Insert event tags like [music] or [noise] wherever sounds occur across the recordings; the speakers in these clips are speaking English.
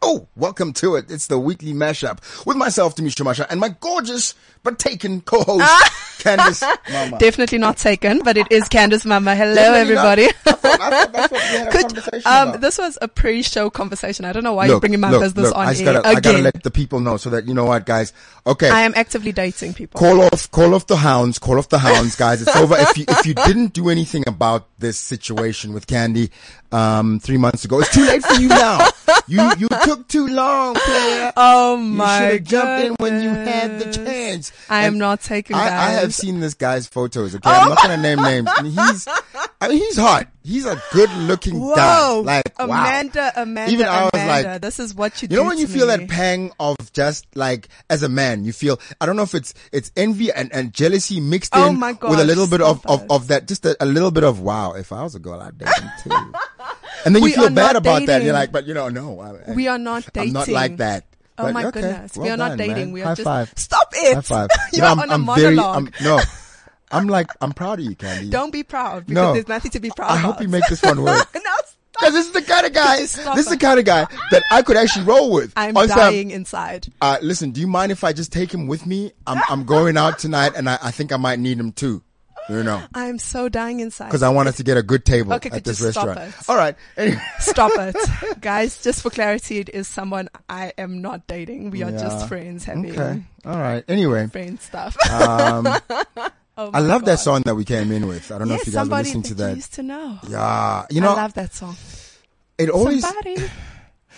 Oh, welcome to it. It's the weekly mashup with myself, Dimitri Masha, and my gorgeous but taken co-host, Ah. [laughs] Candice Mama. Definitely not taken, but it is Candace Mama. Hello, Definitely not. everybody. I thought- I thought that's what we had a [laughs] Could, conversation um, about. this was a pre-show conversation. I don't know why you're bringing my business look, on I just air gotta, I gotta again. let the people know so that you know what, guys. Okay. I am actively dating people. Call off, call off the hounds, call off the hounds, guys. It's over. If you, if you didn't do anything about this situation with Candy, um, three months ago, it's too late for you now. You, you took too long, player. Oh You should my have jumped in god! when you had the chance. I am And not taking I, that. I have seen this guy's photos. Okay, I'm not gonna name names. I mean, he's, I mean, he's hot. He's a good-looking guy. Whoa, Like wow. Amanda, Amanda, Even I was Amanda. like- this is what you. You do know when to you feel me. that pang of just like as a man, you feel I don't know if it's it's envy and, and jealousy mixed Oh in my with a gosh, little bit so of, of, bad. of that, just a, a little bit of wow. If I was a girl, I'd date him [laughs] too. And then you We feel are bad not about that. You're dating. like, but you don't know. I- I- We are not I'm not dating. like that. Oh But my okay, goodness, we well are done, not dating. man. We are High just five. [laughs] stop it. High five. You're You know, I'm, on a I'm monologue. very, I'm, no, I'm like, I'm proud of you, Candy. Don't be proud because No. there's nothing to be proud. I hope about. you make this one work. [laughs] no, Cause stop. this is the kind of guy, this Stop is the it. kind of guy that I could actually roll with. I'm On some- dying inside. Uh, listen, do you mind if I just take him with me? I'm, I'm going out tonight and I, I think I might need him too. You know, I'm so dying inside. because I want us to get a good table Okay, at could this you stop restaurant. it? All right. Anyway. Stop it. Guys, just for clarity, it is someone I am not dating. We are Yeah. just friends having Okay. All right. Anyway, friend stuff. [laughs] oh I my love that God. song that we came in with. I don't know Yeah, if you guys are somebody listening that to you that. used to know. Yeah. You know, I love that song. it always, Somebody.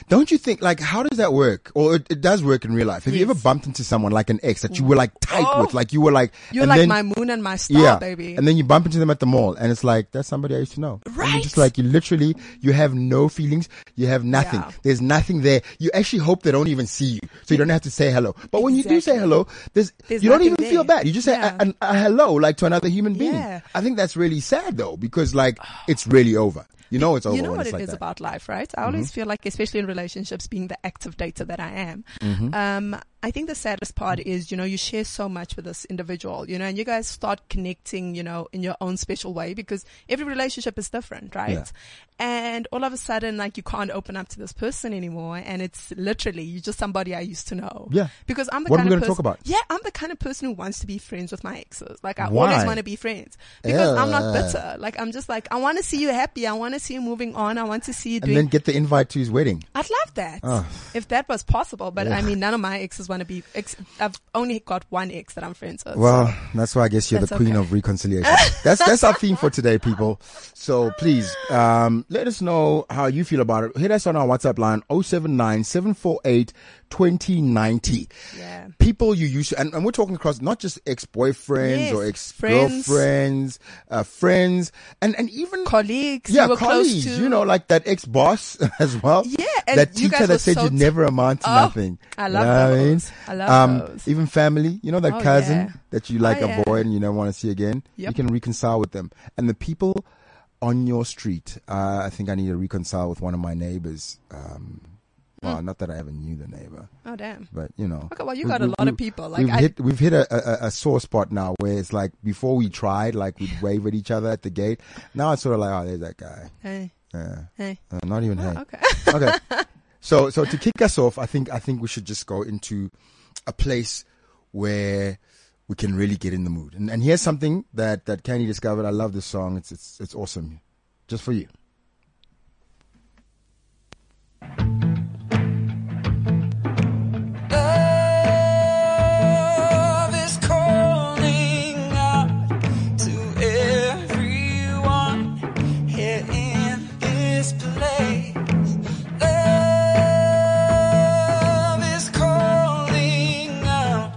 don't you think, like, how does that work? Or it, it does work in real life. Have you Yes. ever bumped into someone like an ex that you were like tight Oh. with? Like, you were like, You're and like then- my moon and my star, Yeah, baby. and then you bump into them at the mall, and it's like that's somebody I used to know. And you're Right. just like you literally, you have no feelings, you have nothing. Yeah. There's nothing there. You actually hope they don't even see you, so you don't have to say hello. But when you do say Exactly. hello, there's, There's you don't nothing even feel there. bad. You just say Yeah. a, an- a hello, like to another human being. Yeah. I think that's really sad though, because like it's really over. You know, it's over. you know when what it's it like is that. Mm-hmm. about life, right? I always feel like, especially in relationships, being the active dater that I am, Mm-hmm. um, I think the saddest part is, you know, you share so much with this individual, you know, and you guys start connecting, you know, in your own special way because every relationship is different, right? Yeah. And all of a sudden, like, you can't open up to this person anymore. And it's literally, you're just somebody I used to know. Yeah. Because I'm the What are kind we of gonna talk person- about? Yeah, I'm the kind of person who wants to be friends with my exes. Like, I Why? always want to be friends because I'm not Yeah. bitter her. Like I'm just like I want to see you happy. I want to see you moving on. I want to see you And doing. then get the invite to his wedding. I'd love that Oh. if that was possible. But I Ugh. mean, none of my exes want to be. Ex- I've only got one ex that I'm friends with. Well, that's why I guess you're That's the queen okay. of [laughs] reconciliation. that's that's our theme for today, people. So please, um, let us know how you feel about it. Hit us on our WhatsApp line 079 748 2090. Yeah. People you used to, and, and we're talking across not just ex boyfriends Yes, or ex friends. girlfriends, uh, friends, and, and even colleagues. yeah, you were colleagues, Close to, you know, like that ex boss [laughs] as well. Yeah, and that you teacher guys that were said so you'd t- never amount to Oh, nothing. I You love know what Um, those. I love those. Even family, you know, that Oh, cousin yeah. that you like Oh, yeah. avoid and you never want to see again. You Yep. can reconcile with them. And the people on your street, uh, I think I need to reconcile with one of my neighbors. Um, well, not that I ever knew the neighbor, oh damn. but you know. Hmm. Okay, well you we- got we- a lot we- of people. Like we've I, hit we've hit a, a, a sore spot now where it's like before we tried, like we'd wave at each other at the gate. Now it's sort of like, oh, there's that guy. hey, Yeah. hey. Uh, not even hey. Oh, Okay. [laughs] [laughs] Okay. so so to kick us off, I think I think we should just go into a place where we can really get in the mood. And and here's something that that Candy discovered. I love this song. It's it's it's awesome. Just for you. Love is calling out to everyone here in this place. Love is calling out.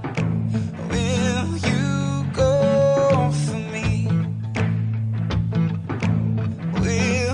Will you go for me? Will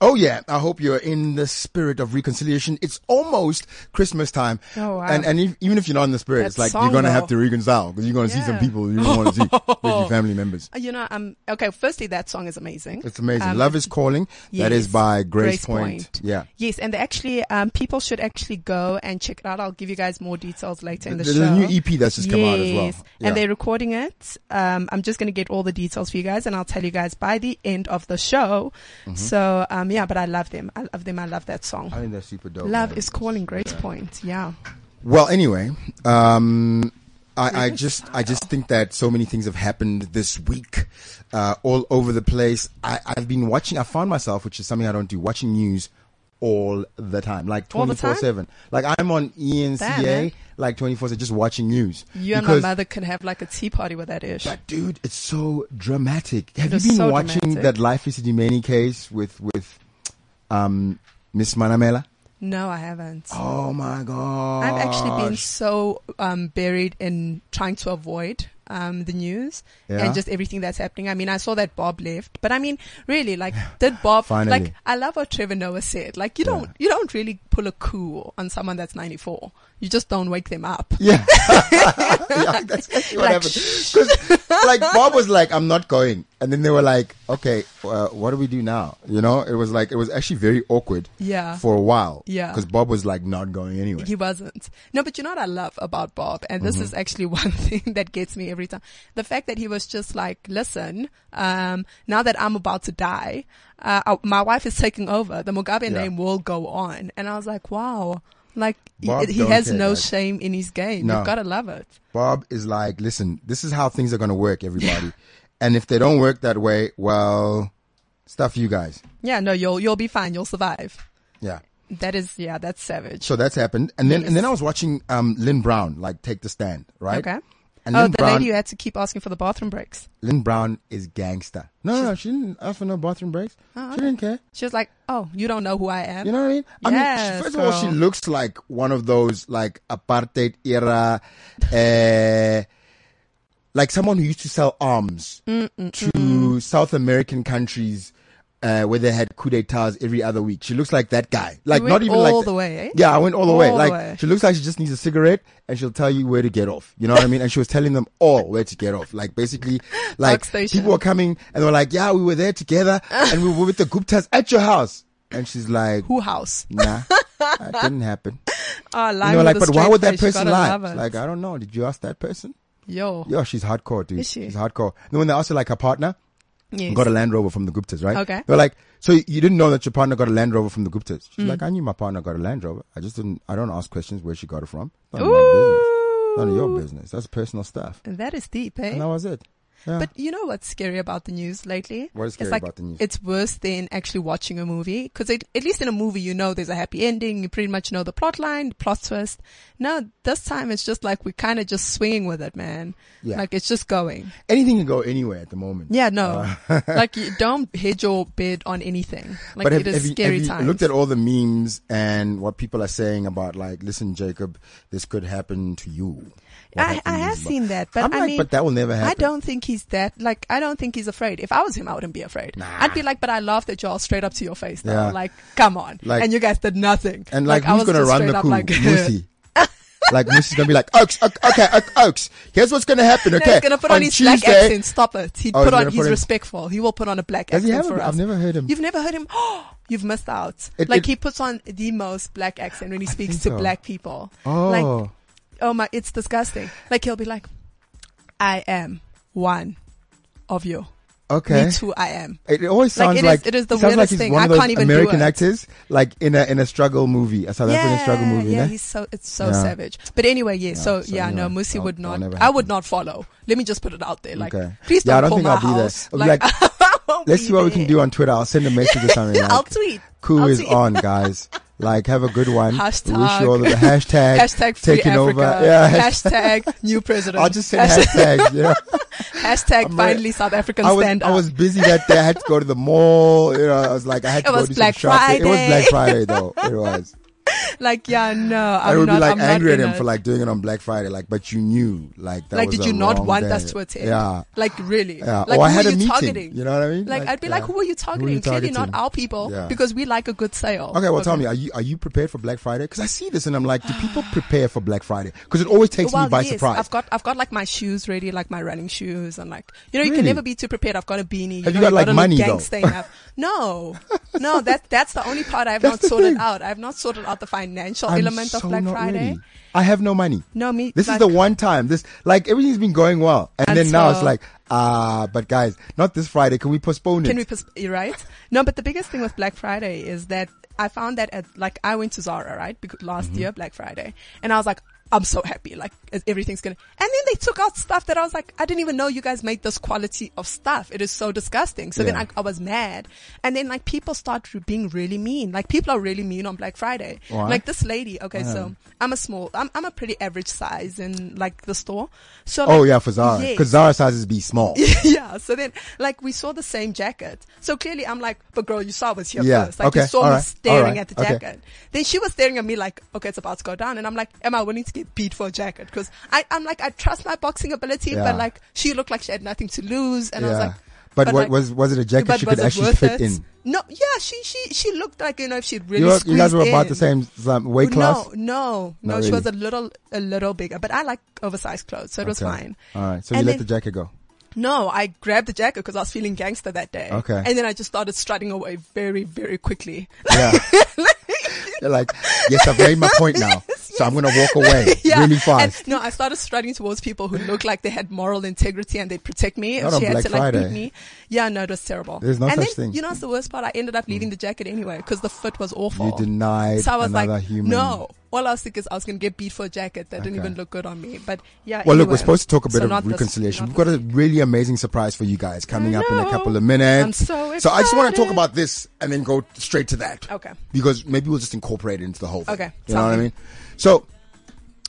Oh yeah, I hope you're in the spirit of reconciliation. It's almost Christmas time, Oh, wow. and and if, even if you're not in the spirit, That it's like song, you're gonna have though. to reconcile because you're gonna see some Yeah. people you don't want [laughs] to see, especially family members. Uh, You know, um, okay. Firstly, that song is amazing. It's amazing. Um, Love is calling. That is yes, by Grace, Point. Yeah. Yes, and they actually, um, people should actually go and check it out. I'll give you guys more details later in the There's show. a new EP that's just come out as well. Yes, Yeah. And they're recording it. Um, I'm just going to get all the details for you guys and I'll tell you guys by the end of the show. So, um, yeah, but I love them. I love them. I love that song. Mm-hmm. I think that's super dope. love man. is calling Grace Point. Yeah. Well, anyway, um, I, I just I just think that so many things have happened this week, uh, all over the place. I, I've been watching. I found myself, which is something I don't do, watching news all the time, like All twenty the four time? seven. Like I'm on E ENCA, Damn, eh? like twenty four seven, just watching news. You and Because- my mother could have like a tea party with that ish. But dude, it's so dramatic. Have you is been so watching dramatic. that Life is Dimeni case with with um Miss Manamela? No, I haven't. Oh my god! I've actually been so um, buried in trying to avoid um, the news Yeah. and just everything that's happening. I mean, I saw that Bob left, but I mean, really, like, did [sighs] Bob? Finally. Like, I love what Trevor Noah said. Like, you don't you don't really pull a coup on someone that's ninety four. You just don't wake them up. [laughs] Yeah. yeah that's actually what Like, happened. 'Cause, like, Bob was like, I'm not going. And then they were like, okay, uh, what do we do now? You know, it was like, it was actually very awkward Yeah. for a while. Yeah. Because Bob was like, not going anyway. He wasn't. No, but you know what I love about Bob, and Mm-hmm. this is actually [laughs] one thing that gets me every time. The fact that he was just like, listen, um, now that I'm about to die, uh, I- my wife is taking over. The Mugabe Yeah. name will go on. And I was like, wow, like Bob he, he don't has care, no guys. shame in his game. No. You've got to love it. Bob is like, listen, this is how things are going to work, everybody. [laughs] and if they don't work that way, well, stuff you guys. Yeah, no, you'll, you'll be fine. You'll survive. Yeah. That is, yeah, that's savage. So that's happened. And then, and then Yes. I was watching, um, Lynn Brown, like, take the stand, right? Okay. And oh, Lynn the Brown, lady who had to keep asking for the bathroom breaks. Lynn Brown is gangster. No, no, no, she didn't ask for no bathroom breaks. She didn't care. She was like, oh, you don't know who I am. You know what I mean? I mean, she- Yes, first of all, she girl. looks like one of those like apartheid era, uh, like someone who used to sell arms to South American countries. Uh, where they had coup d'etats every other week. She looks like that guy. Like went not even all like the way, eh? Yeah, I went all the way. All the Like way. she looks like she just needs a cigarette and she'll tell you where to get off. You know what I mean? And she was telling them all where to get off. Like [laughs] basically like station. people were coming and they were like, "Yeah, we were there [laughs] together and we were with the Guptas at your house." And she's like, who house? [laughs] nah, that didn't happen. Oh, And lying they were with like, a but why straight would that face, you person gotta lie? love It's it. Like, I don't know. Did you ask that person? Yo. Yeah, she's hardcore, dude. Is she? She's hardcore. And when they asked her, like, her partner Yes. got a Land Rover from the Guptas, right? Okay. They're like, so you didn't know that your partner got a Land Rover from the Guptas? Mm. She's like, I knew my partner got a Land Rover. I just didn't, I don't ask questions where she got it from. None of, my business. None of your business. That's personal stuff. That is deep, eh? And that was it. Yeah. But you know what's scary about the news lately? What is scary it's like about the news? It's worse than actually watching a movie because at least in a movie you know there's a happy ending, you pretty much know the plot line, the plot twist. No, this time it's just like we're kind of just swinging with it, man. Yeah. Like it's just going. Anything can go anywhere at the moment. Yeah, no. [laughs] like you don't hedge your bid on anything. Like Uh. but have, it is have you, scary have you times. looked at all the memes and what people are saying about like, listen, Jacob, this could happen to you. What I, I happened have is- seen that, but I'm I like, mean, but that will never happen. I don't think he's that. Like, I don't think he's afraid. If I was him, I wouldn't be afraid. I'd be like, but I laughed at y'all straight up to your face. Though. Yeah. Like, come on. Like- and you guys did nothing. And like, I who's was gonna just run straight the up coup? Like, [laughs] Musi. like Musi's gonna be like, Oaks, ok- okay, ok- Oaks. Here's what's gonna happen. [laughs] No, Okay, he's gonna put on, his black accent. Stop it. He Oh, he's put on. gonna put He's in- respectful. He will put on a black Does he accent have a- for us. I've never heard him. You've never heard him. [gasps] You've missed out. It- like it- he puts on the most black accent when he speaks think to so. black people. Oh, Like oh my, it's disgusting. Like he'll be like, I am one of you. okay. Me too, I am. It always Like, sounds it is- like it is the sounds like weirdest he's thing. one I of those can't even do American it. actors, like in a in a struggle movie, a South African struggle movie. yeah, ne? he's so it's so Yeah. savage. But anyway, yeah. so, so yeah, no, anyway, Musi I'll- would I'll not. never I happen. would not follow. Let me just put it out there. Like, Okay. please don't Yeah, I don't call think my I'll be there. house. I'll be [laughs] like, I won't Let's be see what we can [laughs] there. do [laughs] on Twitter. I'll send a message or something. I'll like, tweet. Coup I'll is tweet. [laughs] on, guys. Like, have a good one. Hashtag. We Wish you all the hashtag. [laughs] Hashtag free taking Africa. over. Yeah. Hashtag new president. I'll just say Hashtag- hashtag. [laughs] You know? Hashtag I'm finally re- South African I was stand I up. was busy that day. I had to go to the mall. You know, I was like, I had It to go was do Black some shopping. It was Friday. Black Friday though. [laughs] It was. like, yeah, no, I I'm would not. be like I'm angry not at in him it. for like doing it on Black Friday. Like, but you knew like that. Like, was did a you not wrong want day. us to attend? Yeah. Like, really? Yeah. Like, or I who had are a you meeting. targeting? You know what I mean? Like, I'd be like, yeah. who are you targeting? Clearly not targeting? our people Yeah. because we like a good sale. Okay, well, tell me, are you are you prepared for Black Friday? Because I see this and I'm like, do [gasps] people prepare for Black Friday? Because it always takes me by yes, surprise. I've got I've got like my shoes ready, like my running shoes, and like you know you can Really? never be too prepared. I've got a beanie. Have you know, got, like, you've a money, though? [laughs] gangster enough. No, no, that that's the only part I've not That's the sorted thing. out. I've not sorted out the financial I'm element so of Black not Friday. ready. I have no money. No, me. This like, is the one time. This like everything's been going well, and, And then now it's so- like ah, but guys, not this Friday. Can we postpone it? Can we pers- you're right? No, but the biggest thing with Black Friday is that I found that at like I went to Zara right because last Mm-hmm. year Black Friday, and I was like. I'm so happy, like as everything's gonna. And then they took out stuff that I was like, I didn't even know you guys made this quality of stuff. It is so disgusting. So then Yeah. I, I was mad, and then like people start re- being really mean. Like people are really mean on Black Friday. Why? Like this lady. Okay, so I'm a small, I'm I'm a pretty average size in like the store. So oh like, yeah, for Zara, yes. because Zara sizes be small. [laughs] [laughs] yeah. So then, like, we saw the same jacket. So clearly, I'm like, but girl, you saw I was here Yeah, first. Like, you okay, saw me alright, staring alright, at the okay. jacket. Then she was staring at me like, okay, it's about to go down. And I'm like, am I willing to get beat for a jacket? Because I'm like, I trust my boxing ability, Yeah. but like, she looked like she had nothing to lose. And I was like, but, what like, was was it a jacket but she could was it actually worth fit it? in? No, yeah, she she she looked like you know if she'd really You, were- you guys squeezed were about in. the same um, weight class. No, no, no. Not She was a really. little a little bigger, but I like oversized clothes, so it was Okay. fine. All right, so you And let then- the jacket [laughs] go. No, I grabbed the jacket because I was feeling gangster that day. Okay. And then I just started strutting away very, very quickly. [laughs] Yeah. You're like, yes, I've made my point [laughs] now, so I'm gonna walk away really fast. And, no, I started strutting towards people who looked like they had moral integrity and they'd protect me. Not if on she had Black to like Friday. beat me. Yeah, no, it was terrible. There's no and such then, thing. You know, it's the worst part. I ended up leaving the jacket anyway because the fit was awful. You denied so I was another like, human. no. All I was thinking is I was going to get beat for a jacket that didn't Okay. even look good on me. But yeah. Well, look, anyway. we're supposed to talk a So bit not of this- reconciliation. not We've got a really amazing surprise for you guys coming up in a know. couple of minutes. I'm so I just want to talk excited. about this and then go straight to that. Okay. Because maybe we'll just incorporate it into the whole thing. Okay, You know what I sounds mean? So,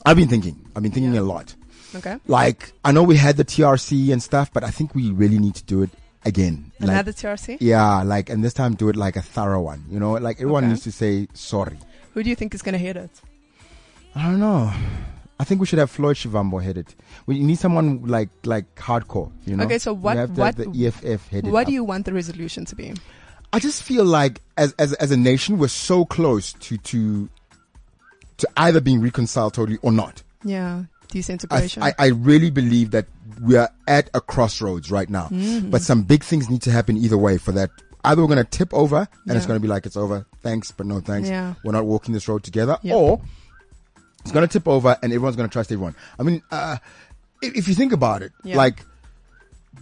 I've been thinking. I've been thinking a lot. Okay. Like, I know we had the TRC and stuff, but I think we really need to do it again. Like, Another TRC? yeah, like, and this time do it like a thorough one. You know, like everyone Okay. needs to say sorry. Who do you think is going to hit it? I don't know. I think we should have Floyd Shivambo headed. We need someone like like hardcore. You know. Okay, so what- We have to have what- the E EFF headed? What up. do you want the resolution to be? I just feel like as as as a nation, we're so close to to to either being reconciled totally or not. Yeah, I, disintegration. I, I really believe that we are at a crossroads right now. Mm. But some big things need to happen either way for that. Either we're going to tip over and it's Yeah. going to be like, it's over. Thanks, but no thanks. Yeah. We're not walking this road together. Yep. Or it's going to tip over and everyone's going to trust everyone. I mean, uh, if, if you think about it, Yeah. like,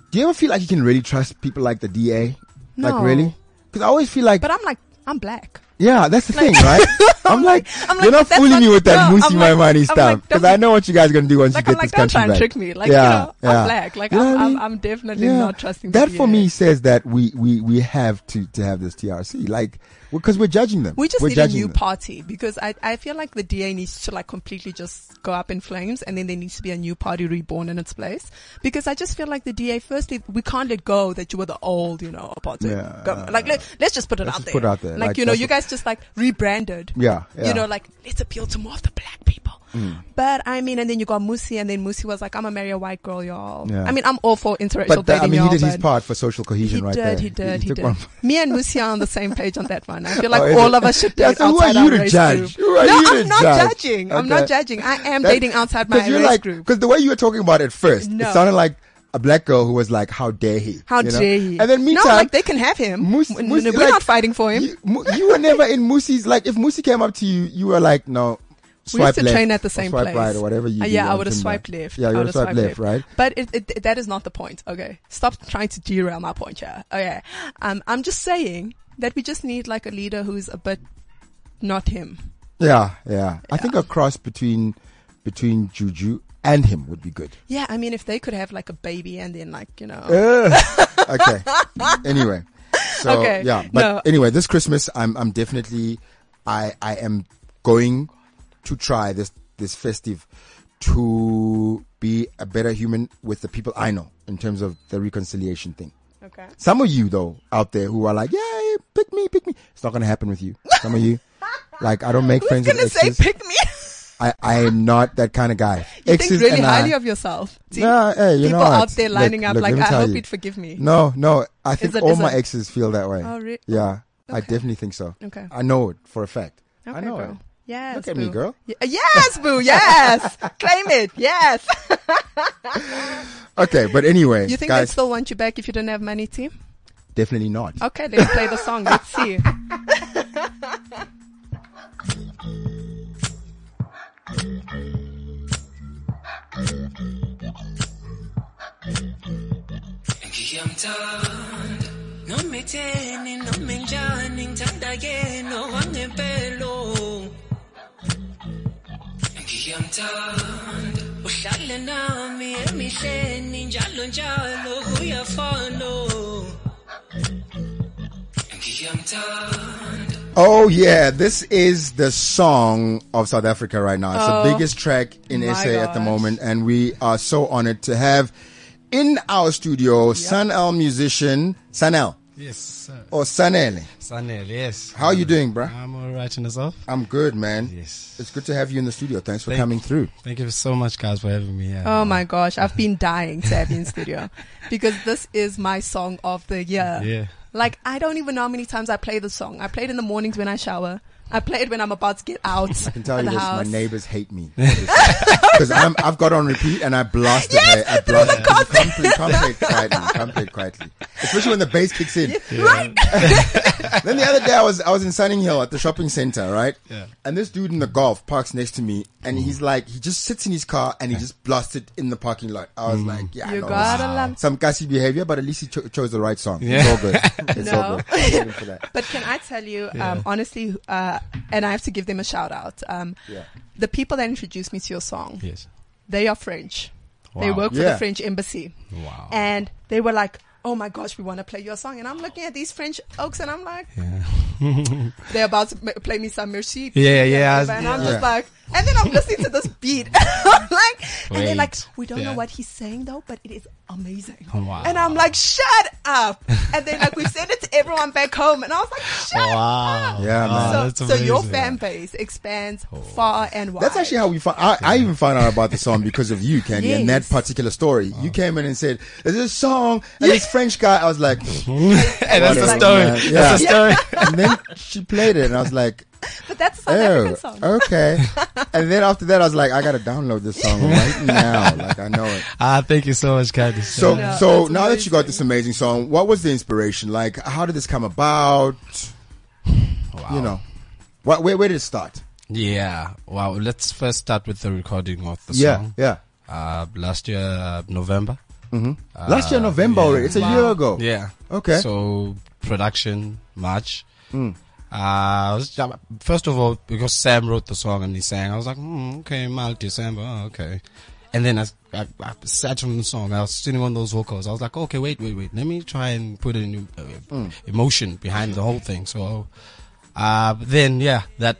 do you ever feel like you can really trust people like the DA? Like, No. really? Because I always feel like, but I'm like, I'm black. yeah, that's the thing, right? I'm like, [laughs] I'm like, you're not but that's fooling not- me with that no, Musi I'm my like- money I'm stuff like, because don't- I know what you guys are gonna do once Like, you I'm get like, this don't country try and back. trick me. Like, you know, I'm black. Like, You know I'm, what I I'm, mean? I'm definitely Yeah. not trusting the That for DA. me says that we we we have to to have this TRC, like because we're judging them. We just we're need a judging new them. party because I, I feel like the DA needs to like completely just go up in flames and then there needs to be a new party reborn in its place. Because I just feel like the DA, firstly, we can't let go that you were the old, you know, apartheid Yeah. government. Like, let, let's just put it Let's out just there. put it out there. Like, Like, you know, that's you what- guys just like rebranded. Yeah, yeah. Mm. You know, like, let's appeal to more of the black people. But I mean, and then you got Musi and then Musi was like, I'm a marry a white girl, y'all. Yeah. I mean, I'm all for interracial But that, dating, I mean, he y'all, did his but- part for social cohesion, he right did, there. He did, he, took did. one- Me and Musi are on the same page on that one. I feel Oh, like is all it? of us should Yeah, date so who are outside you our to race judge? group. Who are no, you to I'm not judge? judging. I'm Okay. not judging. I am That- dating outside my 'cause you're race like, group. Because the way you were talking about it first, No. it sounded like a black girl who was like, "How dare he? How you know? dare he? And then no, meantime, like they can have him. Moose, N- Moose- n- We're like, not fighting for him. You, Mo- you were never in Moosie's. Like if Moosie came up to you, you were like, no. we used Swipe to left train at or the same swipe place. right or whatever you. Uh, do yeah, I on would have Tinder. swiped left. Yeah, I you would would have have swiped left, swiped right? But it, it, that is not the point. Okay, stop trying to derail my point here. Okay, um, I'm just saying that we just need like a leader who's a bit not him. Yeah, yeah. I think a cross between between Juju and him would be good. Yeah, I mean, if they could have like a baby and then like you know. Uh, okay. Anyway. So [laughs] Okay, yeah, but no. anyway, this Christmas I'm I'm definitely I I am going to try this this festive to be a better human with the people I know in terms of the reconciliation thing. Okay. Some of you though out there who are like, "Yay, pick me, pick me." It's not going to happen with you. Some of [laughs] you like I don't make Who's friends with gonna say exes. pick me? [laughs] I I am not that kind of guy. you Exes think really and I- highly of yourself. Do Nah, hey, you people know what? out there Look, lining up look, like, let me I tell hope you. you'd forgive me. No, no. I think it- all is my it- exes feel that way. Oh, re- Yeah, I Okay. definitely think so. Okay. I know it for a fact. Okay, I know bro. it. Yes. Look at boo. me, girl. Y- yes, [laughs] boo. Yes. Claim it. Yes. Okay, but anyway, You think guys, they'd still want you back if you didn't have money, team? definitely not. Okay, let's play the song. Let's see. ngiyamthanda noma etheni noma enjani ngithanda yena wangempelo ngiyamthanda uhlale nami emihleni njalo njalo kuyafana ngiyamthanda Oh yeah, this is the song of South Africa right now. It's the Oh, biggest track in my SA at the gosh. moment, and we are so honored to have in our studio Sanel musician Sanel Yes, uh, or Sanele. Sanel, yes. How you doing, bruh? I'm all right and yourself? I'm good, man. Yes. It's good to have you in the studio. Thanks for Thank- coming through. Thank you so much, guys, for having me here. Oh my gosh, I've been dying to have you in studio because this is my song of the year. Yeah. Like I don't even know how many times I play the song. I play it in the mornings when I shower. I play it when I'm about to get [laughs] out. I can tell of you the this: house. my neighbors hate me [laughs] because I'm I've got on repeat and I blast Yes, it. I through blast the it. Can't play, [laughs] can't play it quietly. Can't play it quietly, especially when the bass kicks in. Right? [laughs] Then the other day I was I was in Sunning Hill at the shopping center, right? Yeah. And this dude in the golf parks next to me, and he's like, he just sits in his car and he just blasts it in the parking lot. I Mm. was like, yeah, I You know, gotta it's love- some gassy behavior, but at least he cho- chose the right song. It's Yeah. all good. It's all [laughs] No. good. I'm waiting for that. But can I tell you, um, honestly, uh, and I have to give them a shout out. Um, Yeah. The people that introduced me to your song, Yes. they are French. They Wow. work for Yeah. the French embassy. Wow. And they were like, oh my gosh, we want to play your song. And I'm looking at these French oaks and I'm like, yeah. [laughs] they're about to ma- play me some Merci. Yeah, yeah, And I- I'm yeah. just like, and then I'm listening to this beat. [laughs] I'm like, and they're like, Wait. we don't know Yeah. what he's saying though, but it is amazing. Wow. And I'm like, shut up. And then like, we send it to everyone back home. And I was like, shut Wow. Yeah, man. so, that's so your amazing. fan base expands far and wide. That's actually how we found. I, I even found out about the song because of you, Candy, and that Yes. particular story. Uh-huh. You came in and said, "There's this song," and this French guy. I was like, Hey, that's the Whatever, story. man. Yeah. That's the story. and then she played it, and I was [laughs] like, but that's a South "Oh, African song. [laughs] okay." And then after that, I was like, "I gotta download this song right now. Like I know it." Ah, thank you so much, Candy. So, Yeah, so that's now that you got amazing. this amazing song, what was the inspiration? Like, how did this come about? wow. You know, what, where where did it start? Yeah. Wow. Let's first start with the recording of the Yeah, song. yeah. Uh, last year, uh, November. Last year, November Uh, yeah. already. It's a Wow. year ago. Yeah. Okay. Hmm. So production March. Uh, I was- first of all, because Sam wrote the song and he sang, I was like, hmm, okay, March, December, oh, okay. And then I, I, I sat on the song. I was sitting on those vocals. I was like, okay, wait, wait, wait. Let me try and put an uh, Hmm. emotion behind the whole thing. So, uh, but then yeah, that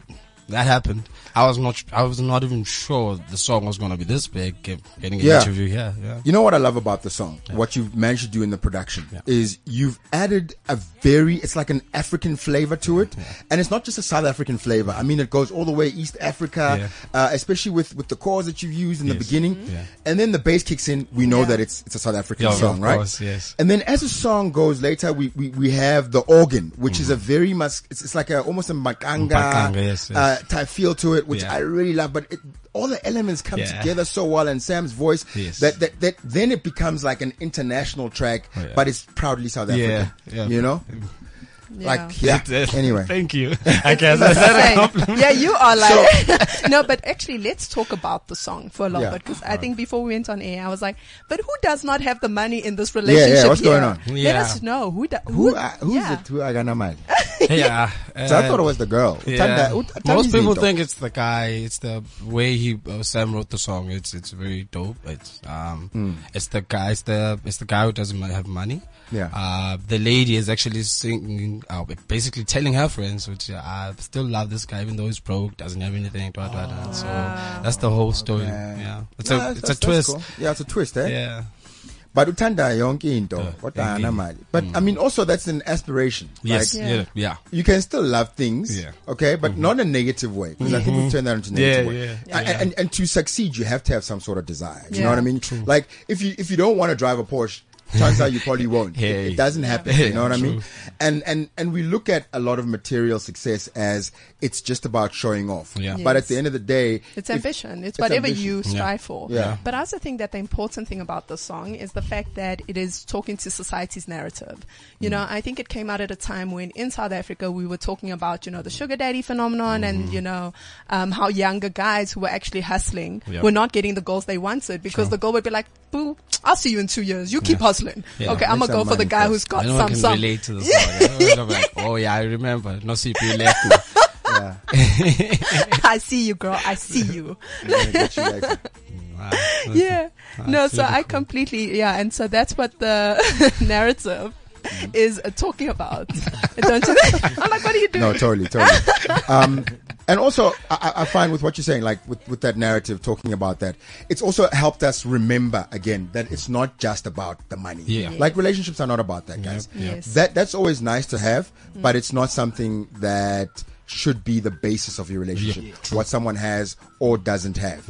that happened. I was not, I was not even sure the song was gonna be this big. Get- Getting an Yeah. interview here, yeah. You know what I love about the song? What you've managed to do in the production is you've added a very, it's like an African flavor to it. And it's not just a South African flavor. I mean, it goes all the way East Africa, uh, especially with, with the chords that you've used in the Yes. Mm-hmm. beginning. Yeah. And then the bass kicks in. We know Yeah. that it's, it's a South African Yeah, of song, right? course, yes. And then as the song goes later, we, we, we have the organ, which is a very much, it's, it's like a, almost a makanga, Mm-hmm. Makanga, yes, yes. Uh, type feel to it, which Yeah. I really love. But it, all the elements come Yeah. together so well, and Sam's voice Yes. that, that that then it becomes like an international track, Oh, yeah. but it's proudly South African. Yeah, yeah. You know, Yeah. like [laughs] yeah. Anyway, thank you. I guess [laughs] It's insane. yeah, you are like [laughs] no, but actually, let's talk about the song for a little Yeah. bit because I think before we went on air, I was like, "But who does not have the money in this yeah, relationship what's here? going on? Let Yeah. us know who do- who uh, who's yeah. it? Who Agana [laughs] Mali? yeah. So I uh, thought it was the girl. Yeah. Uthanda- ut- Most Uthandazinto. people think it's the guy. It's the way he uh, Sam wrote the song. It's it's very dope. It's um, Hmm. it's the guy. It's the it's the guy who doesn't have money. Yeah. Uh, the lady is actually singing uh, basically telling her friends, which uh, I still love this guy, even though he's broke, doesn't have anything. Blah, blah, blah. So that's the whole story. Yeah, it's No, a that's- it's that's- a twist. that's cool. Yeah, it's a twist, eh? Yeah, Oh, But uthanda yonke into, indeed. kodwa mali. But I mean, also that's an aspiration. Mm. yes, Like, yeah. yeah, you can still love things, Yeah. Mm-hmm. okay, but not in a negative way. Because I think we turn that into a Yeah, negative way. yeah. A- And, and to succeed, you have to have some sort of desire. You know Yeah. what I mean? Like if you if you don't want to drive a Porsche, chances are you probably [laughs] won't. It- It, Hey. doesn't happen. Yeah. You know what I mean? True. And and and we look at a lot of material success as it's just about showing off. Yeah. But at Yes. the end of the day, It's if- ambition. It's, it's whatever ambition. [laughs] you Yeah. strive for. Yeah. But I also think that the important thing about the song is the fact that it is talking to society's narrative. You know, I think it came out at a time when in South Africa we were talking about, you know, the sugar daddy phenomenon and, you know, um, how younger guys who were actually hustling Yeah. were not getting the goals they wanted because the girl would be like, boo, I'll see you in two years. You keep hustling. Yeah. Okay, I'm Make going to go some for the money guy first. who's got no some, one can some. relate to this. one. I'm like, oh yeah, I remember. No CP left. me. [laughs] I see you, girl. I see you. I'm gonna get you guys- Wow. [laughs] yeah. No, so really I completely yeah, and so that's what the [laughs] narrative Mm. is uh, talking about. Don't you think? [laughs] I'm like, what are you doing? No, totally, totally. um, and also, I, I I find with what you're saying, like with, with that narrative talking about that, it's also helped us remember again that it's not just about the money. Yeah. Yes. Like relationships are not about that, guys. yep. Yes. That that's always nice to have, but it's not something that should be the basis of your relationship. what someone has or doesn't have.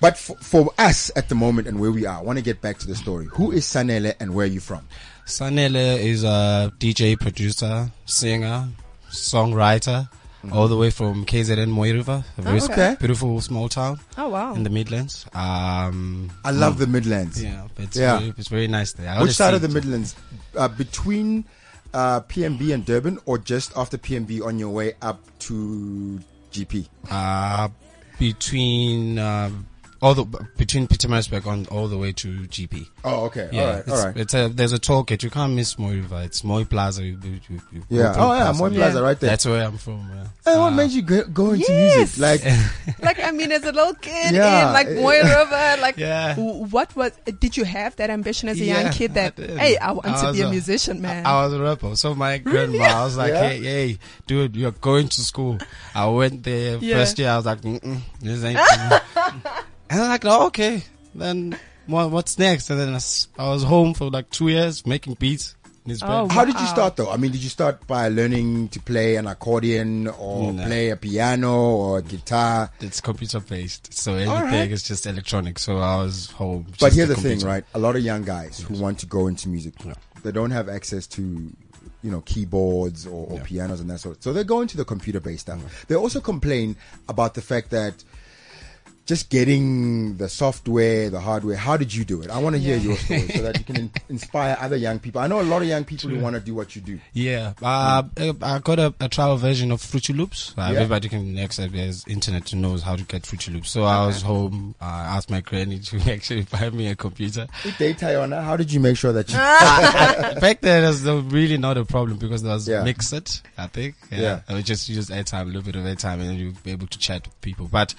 But for, for us at the moment and where we are, I want to get back to the story. Who is Sanele and where are you from? Sanele is a DJ, producer, singer, songwriter, all the way from KZN Moiriva, a very s- Oh, okay. beautiful small town Oh wow. in the Midlands. Um, I love the Midlands. yeah, it's Yeah. very, it's very nice there. I Which always side see of the it. Midlands? Uh, between uh, PMB and Durban, or just after PMB on your way up to GP? Uh, between um, all the between Peter Marisburg on all the way to GP. Oh, okay. Yeah, all right. it's, All right. it's a there's a toll gate. You can't miss Moy River. It's Moy Plaza. You- you- you- you go Yeah. through Oh, yeah. Moy Plaza Yeah. right there. That's uh, where I'm from. Yeah. and what made you go, go into music? Yes. [laughs] Like, Like I mean, as a little kid Yeah. in like Moy River, like Yeah. w- what was? Did you have that ambition as a Yeah, young kid? That I did. hey, I want I to be was a a- musician, man. I, I was a rapper. So my grandma I was like, Yeah. hey, hey, dude, you're going to school. I went there Yeah. first year. I was like, Mm-mm, this ain't for [laughs] me." And I'm like, oh, okay. Then what, what's next? And then I, s- I was home for like two years making beats. In his Oh, band. how did you Wow. start though? I mean, did you start by learning to play an accordion or No. play a piano or guitar? It's computer based. So everything right. is just electronic. So I was home. But just here's the thing, computer. right? A lot of young guys who want to go into music, Yeah. they don't have access to, you know, keyboards or, or pianos and that sort. So they go into the computer-based stuff. They also complain about the fact that just getting the software, the hardware. How did you do it? I want to hear your story so that you can in- inspire other young people. I know a lot of young people who want to do what you do. Yeah, uh, I got a, a trial version of Fruity Loops. Uh, Yeah. Everybody can access there's internet who knows how to get Fruity Loops. So I was home. I asked my granny to [laughs] actually buy me a computer. Data on how did you make sure [laughs] that you? Back then, it was no- really not a problem because there was Yeah. mix it. I think. Yeah. I would just use airtime, a little bit of airtime, and you'll be able to chat with people. But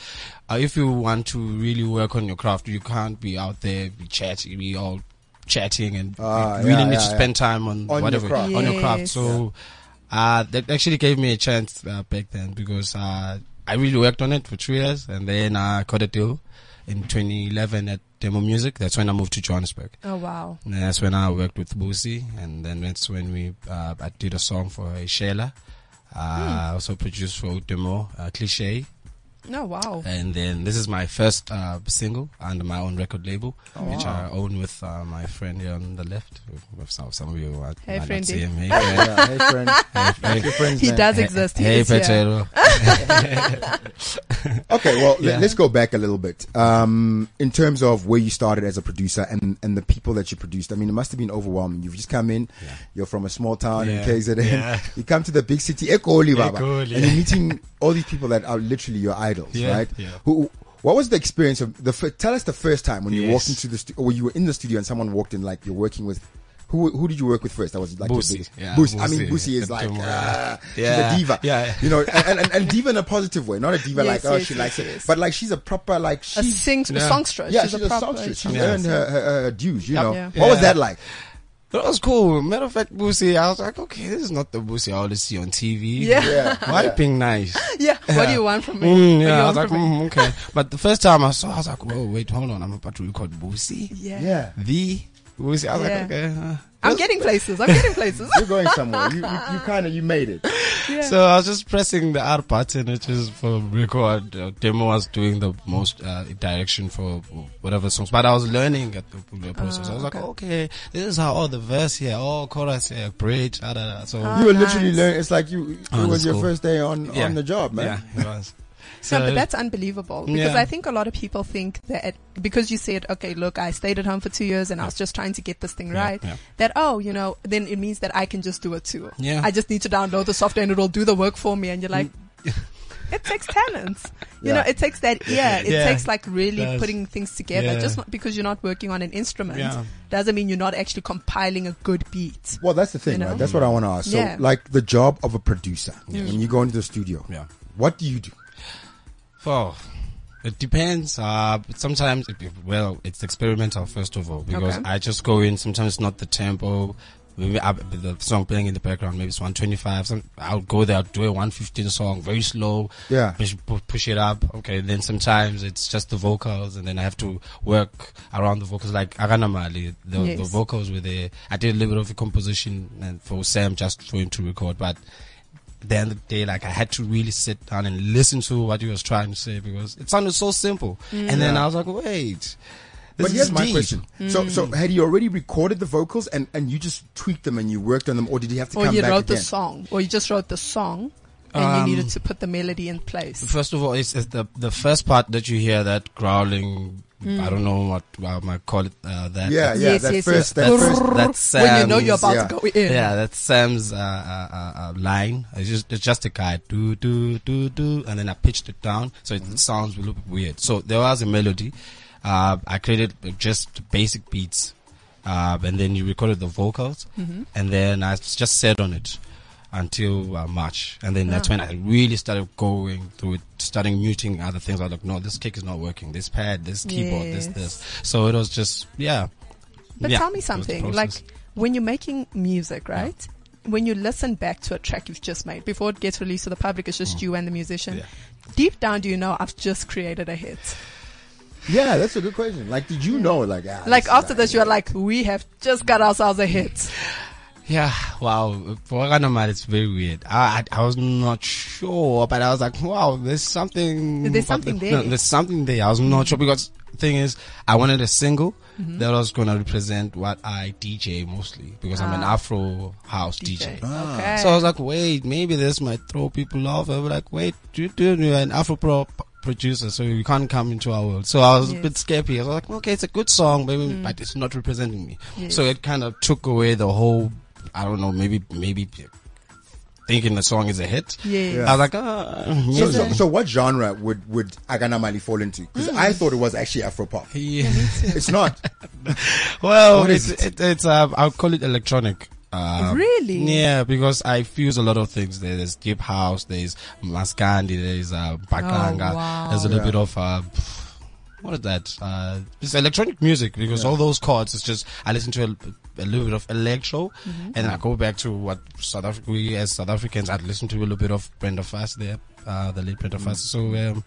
uh, if you want to really work on your craft, you can't be out there be chatting, be all chatting, and Ah, you really yeah, need yeah, to yeah. spend time on, On your whatever craft. on your craft. Yes. So uh, that actually gave me a chance uh, back then because uh, I really worked on it for three years, and then I got a deal in 2011 at Demo Music. That's when I moved to Johannesburg. oh wow. And that's when I worked with Boosie, and then that's when we uh, I did a song for Shayla. Hmm. Uh, I also produced for Demo uh, Cliche, No wow. and then this is my first uh, single under my own record label, Oh, which I own with uh, my friend here on the left. With some, some of you who might Hey, not see friendy. him. Hey, friend. yeah, hey friend, Hey, your friends, He man. [laughs] does exist. He Hey, is here. [laughs] potato. Okay, well, let- Yeah. let's go back a little bit. Um, in terms of where you started as a producer and, and the people that you produced, I mean, it must have been overwhelming. You've just come in, you're from a small town Yeah. in KZN, Yeah. you come to the big city, Ekoli, Baba, Ekoli. and you're meeting all these people that are literally your idols, Yeah, right? yeah. Who, what was the experience of the? fir- Tell us the first time when you walked Yes. into the stu- or you were in the studio and someone walked in, like you're working with. Who, who did you work with first? That was like your Boosie. biggest- Yeah, Boosie. I mean, Boosie. Boosie is like, Don't worry. ah, she's Yeah. a diva. Yeah. You know, and, and, and diva in a positive way, not a diva Yes, like, oh, yes, she yes, likes it. yes. But like, she's a proper, like, A she's, sing- Yeah. songstress. yeah, she's, she's, a a proper. songstress. She's Yeah. earned her, her, her dues, you know. Yeah. What was Yeah. that like? That was cool. Matter of fact, Boosie, I was like, okay, this is not the Boosie I always see on TV. Yeah. Yeah. Why being nice? Yeah. What do you want [laughs] from me? Mm, What do you yeah, I want was like, from me? mm, okay. But the first time I saw, I was like, whoa, wait, hold on. I'm about to record Boosie. Yeah. Yeah. The Boosie. I was Yeah. like, okay. huh. I'm getting places. I'm getting [laughs] places. You're going somewhere. You, you, you kind of, you made it. So I was just pressing the R button, which is for record. Uh, Demo was doing the most uh, direction for whatever songs, but I was learning at the the process. I Ah, was like, okay, this is how, oh, the verse here, oh, chorus here, bridge, da, da, da. So, Ah. You were literally Oh, nice. learning. It's like you, it Oh, was that's your cool. first day on, Yeah. on the job, man. yeah, [laughs] it was. no, but that's unbelievable because Yeah. I think a lot of people think that because you said, okay, look, I stayed at home for two years and I was just trying to get this thing Yeah, right, yeah. that, oh, you know, then it means that I can just do it too. Yeah. I just need to download the software and it'll do the work for me. And you're [laughs] like, it takes talents. You know, Yeah. it takes that ear. It Yeah, takes like really does. putting things together. Yeah. Just not because you're not working on an instrument Yeah. doesn't mean you're not actually compiling a good beat. Well, that's the thing, You know? right? That's what I want to ask. So, Yeah. like the job of a producer, when you go into the studio, Yeah. what do you do? Oh, it depends. Uh, but sometimes, it, well, it's experimental first of all because Okay. I just go in. Sometimes it's not the tempo. Maybe I, the song playing in the background, maybe it's 125. Some, I'll go there, I'll do a 115 song, very slow. Yeah. Push, pu- push it up. Okay. Then sometimes it's just the vocals, and then I have to work around the vocals. Like Aganamali, the, the Yes. vocals were there. I did a little bit of a composition and for Sam just for him to record, but the end of the day, like I had to really sit down and listen to what he was trying to say because it sounded so simple. And then I was like, wait. This but here's is my deep. question. Hmm. So, so had he already recorded the vocals and, and you just tweaked them and you worked on them, or did he have to Or come you back wrote again? the song, or you just wrote the song and Um, you needed to put the melody in place. First of all, it's, it's the the first part that you hear that growling. I don't know what I might call it. Uh, that Yeah, yeah. Yes, that yes, first, yes. that That's- first. that's when you know Sam's- you're about yeah. to go in. Yeah, that's Sam's uh, uh, uh, uh, line. It's just it's just a guy do do do do, and then I pitched it down, so Mm-hmm. it sounds a little bit weird. So there was a melody. Uh, I created just basic beats, uh, and then you recorded the vocals, Mm-hmm. and then I just sat on it until uh, March, and then Ah. that's when I really started going through it, starting muting other things. I was like, no, this kick is not working. This pad, this keyboard, this Yes. this. So it was just yeah. But Yeah, tell me it was the something. Like process. when you're making music, right? When you listen back to a track you've just made before it gets released to the public, it's just you and the musician. Mm. Yeah. Deep down, do you know I've just created a hit? Yeah, that's a good question. Like, did you know? Like, ah, Like this is after nice. this, you're like, we have just got ourselves a hit. Yeah, wow. For Ranomad, it's very weird. I, I I was not sure, but I was like, wow, there's something. There's something there. No, there's something there. I was not sure because thing is, I wanted a single Mm-hmm. that was going to represent what I DJ mostly because I'm an Ah. Afro house DJ. Okay. So I was like, wait, maybe this might throw people off. I was like, wait, you do you're an Afro pro p- producer, so you can't come into our world. So I was a Yes. Mm. bit scary. I was like, okay, it's a good song, maybe, but it's not representing me. Yes. So it kind of took away the whole. I don't know, maybe maybe thinking the song is a hit. Yes. I was like, ah, So, maybe. so, so what genre would would Aganamali fall into? Because I thought it was actually Afro pop. Yeah. It's [laughs] not. Well, What is it's, it? it's uh, I'll call it electronic. Uh, Really? Yeah, because I fuse a lot of things. There. There's deep house. There's maskandi. There's uh, bakanga. Oh, wow. There's a little Yeah. bit of uh, what is that? Uh, it's electronic music because all those chords. It's just I listen to a, a little bit of electro, and I go back to what South Africa. We as South Africans, I listen to a little bit of Brenda Fast there, uh, the late Brenda Fast. So. Um,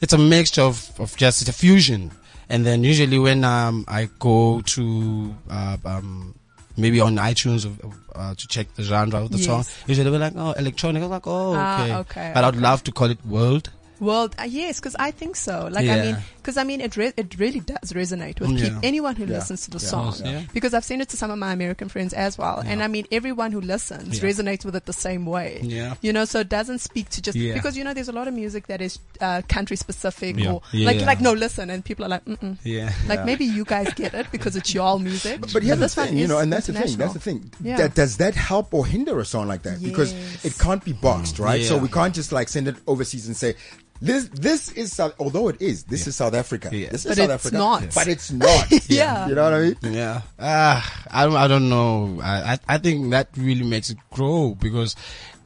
it's a mixture of, of just it's a fusion. And then usually when um, I go to uh, um, maybe on iTunes of, uh, to check the genre of the Yes. song, usually we're like, oh, electronic. I'm like, oh, Ah, okay. okay, But I'd love to call it world. Well, uh, yes, because I think so. Like, I Yeah. mean, because I mean, it re- it really does resonate with Yeah. peop- anyone who Yeah. listens to the Yeah. song. Yeah. Because I've seen it to some of my American friends as well, and I mean, everyone who listens Yeah. resonates with it the same way. Yeah. you know, so it doesn't speak to just Yeah. because you know, there's a lot of music that is uh, country specific Yeah. or like Yeah. like no, listen, and people are like, mm Yeah. like maybe you guys get it because it's y'all music. But here's the this one thing, you know, is and that's the thing. That's the international. thing. Yeah. That, does that help or hinder a song like that? Because Yes. it can't be boxed, right? So Yeah. we can't just like send it overseas and say. This this is South, although it is this is South Africa. Yeah. This is But South it's Africa, not. but it's not. [laughs] Yeah. you know what I mean. [laughs] Yeah. Ah, I don't, I don't know. I, I, I think that really makes it grow because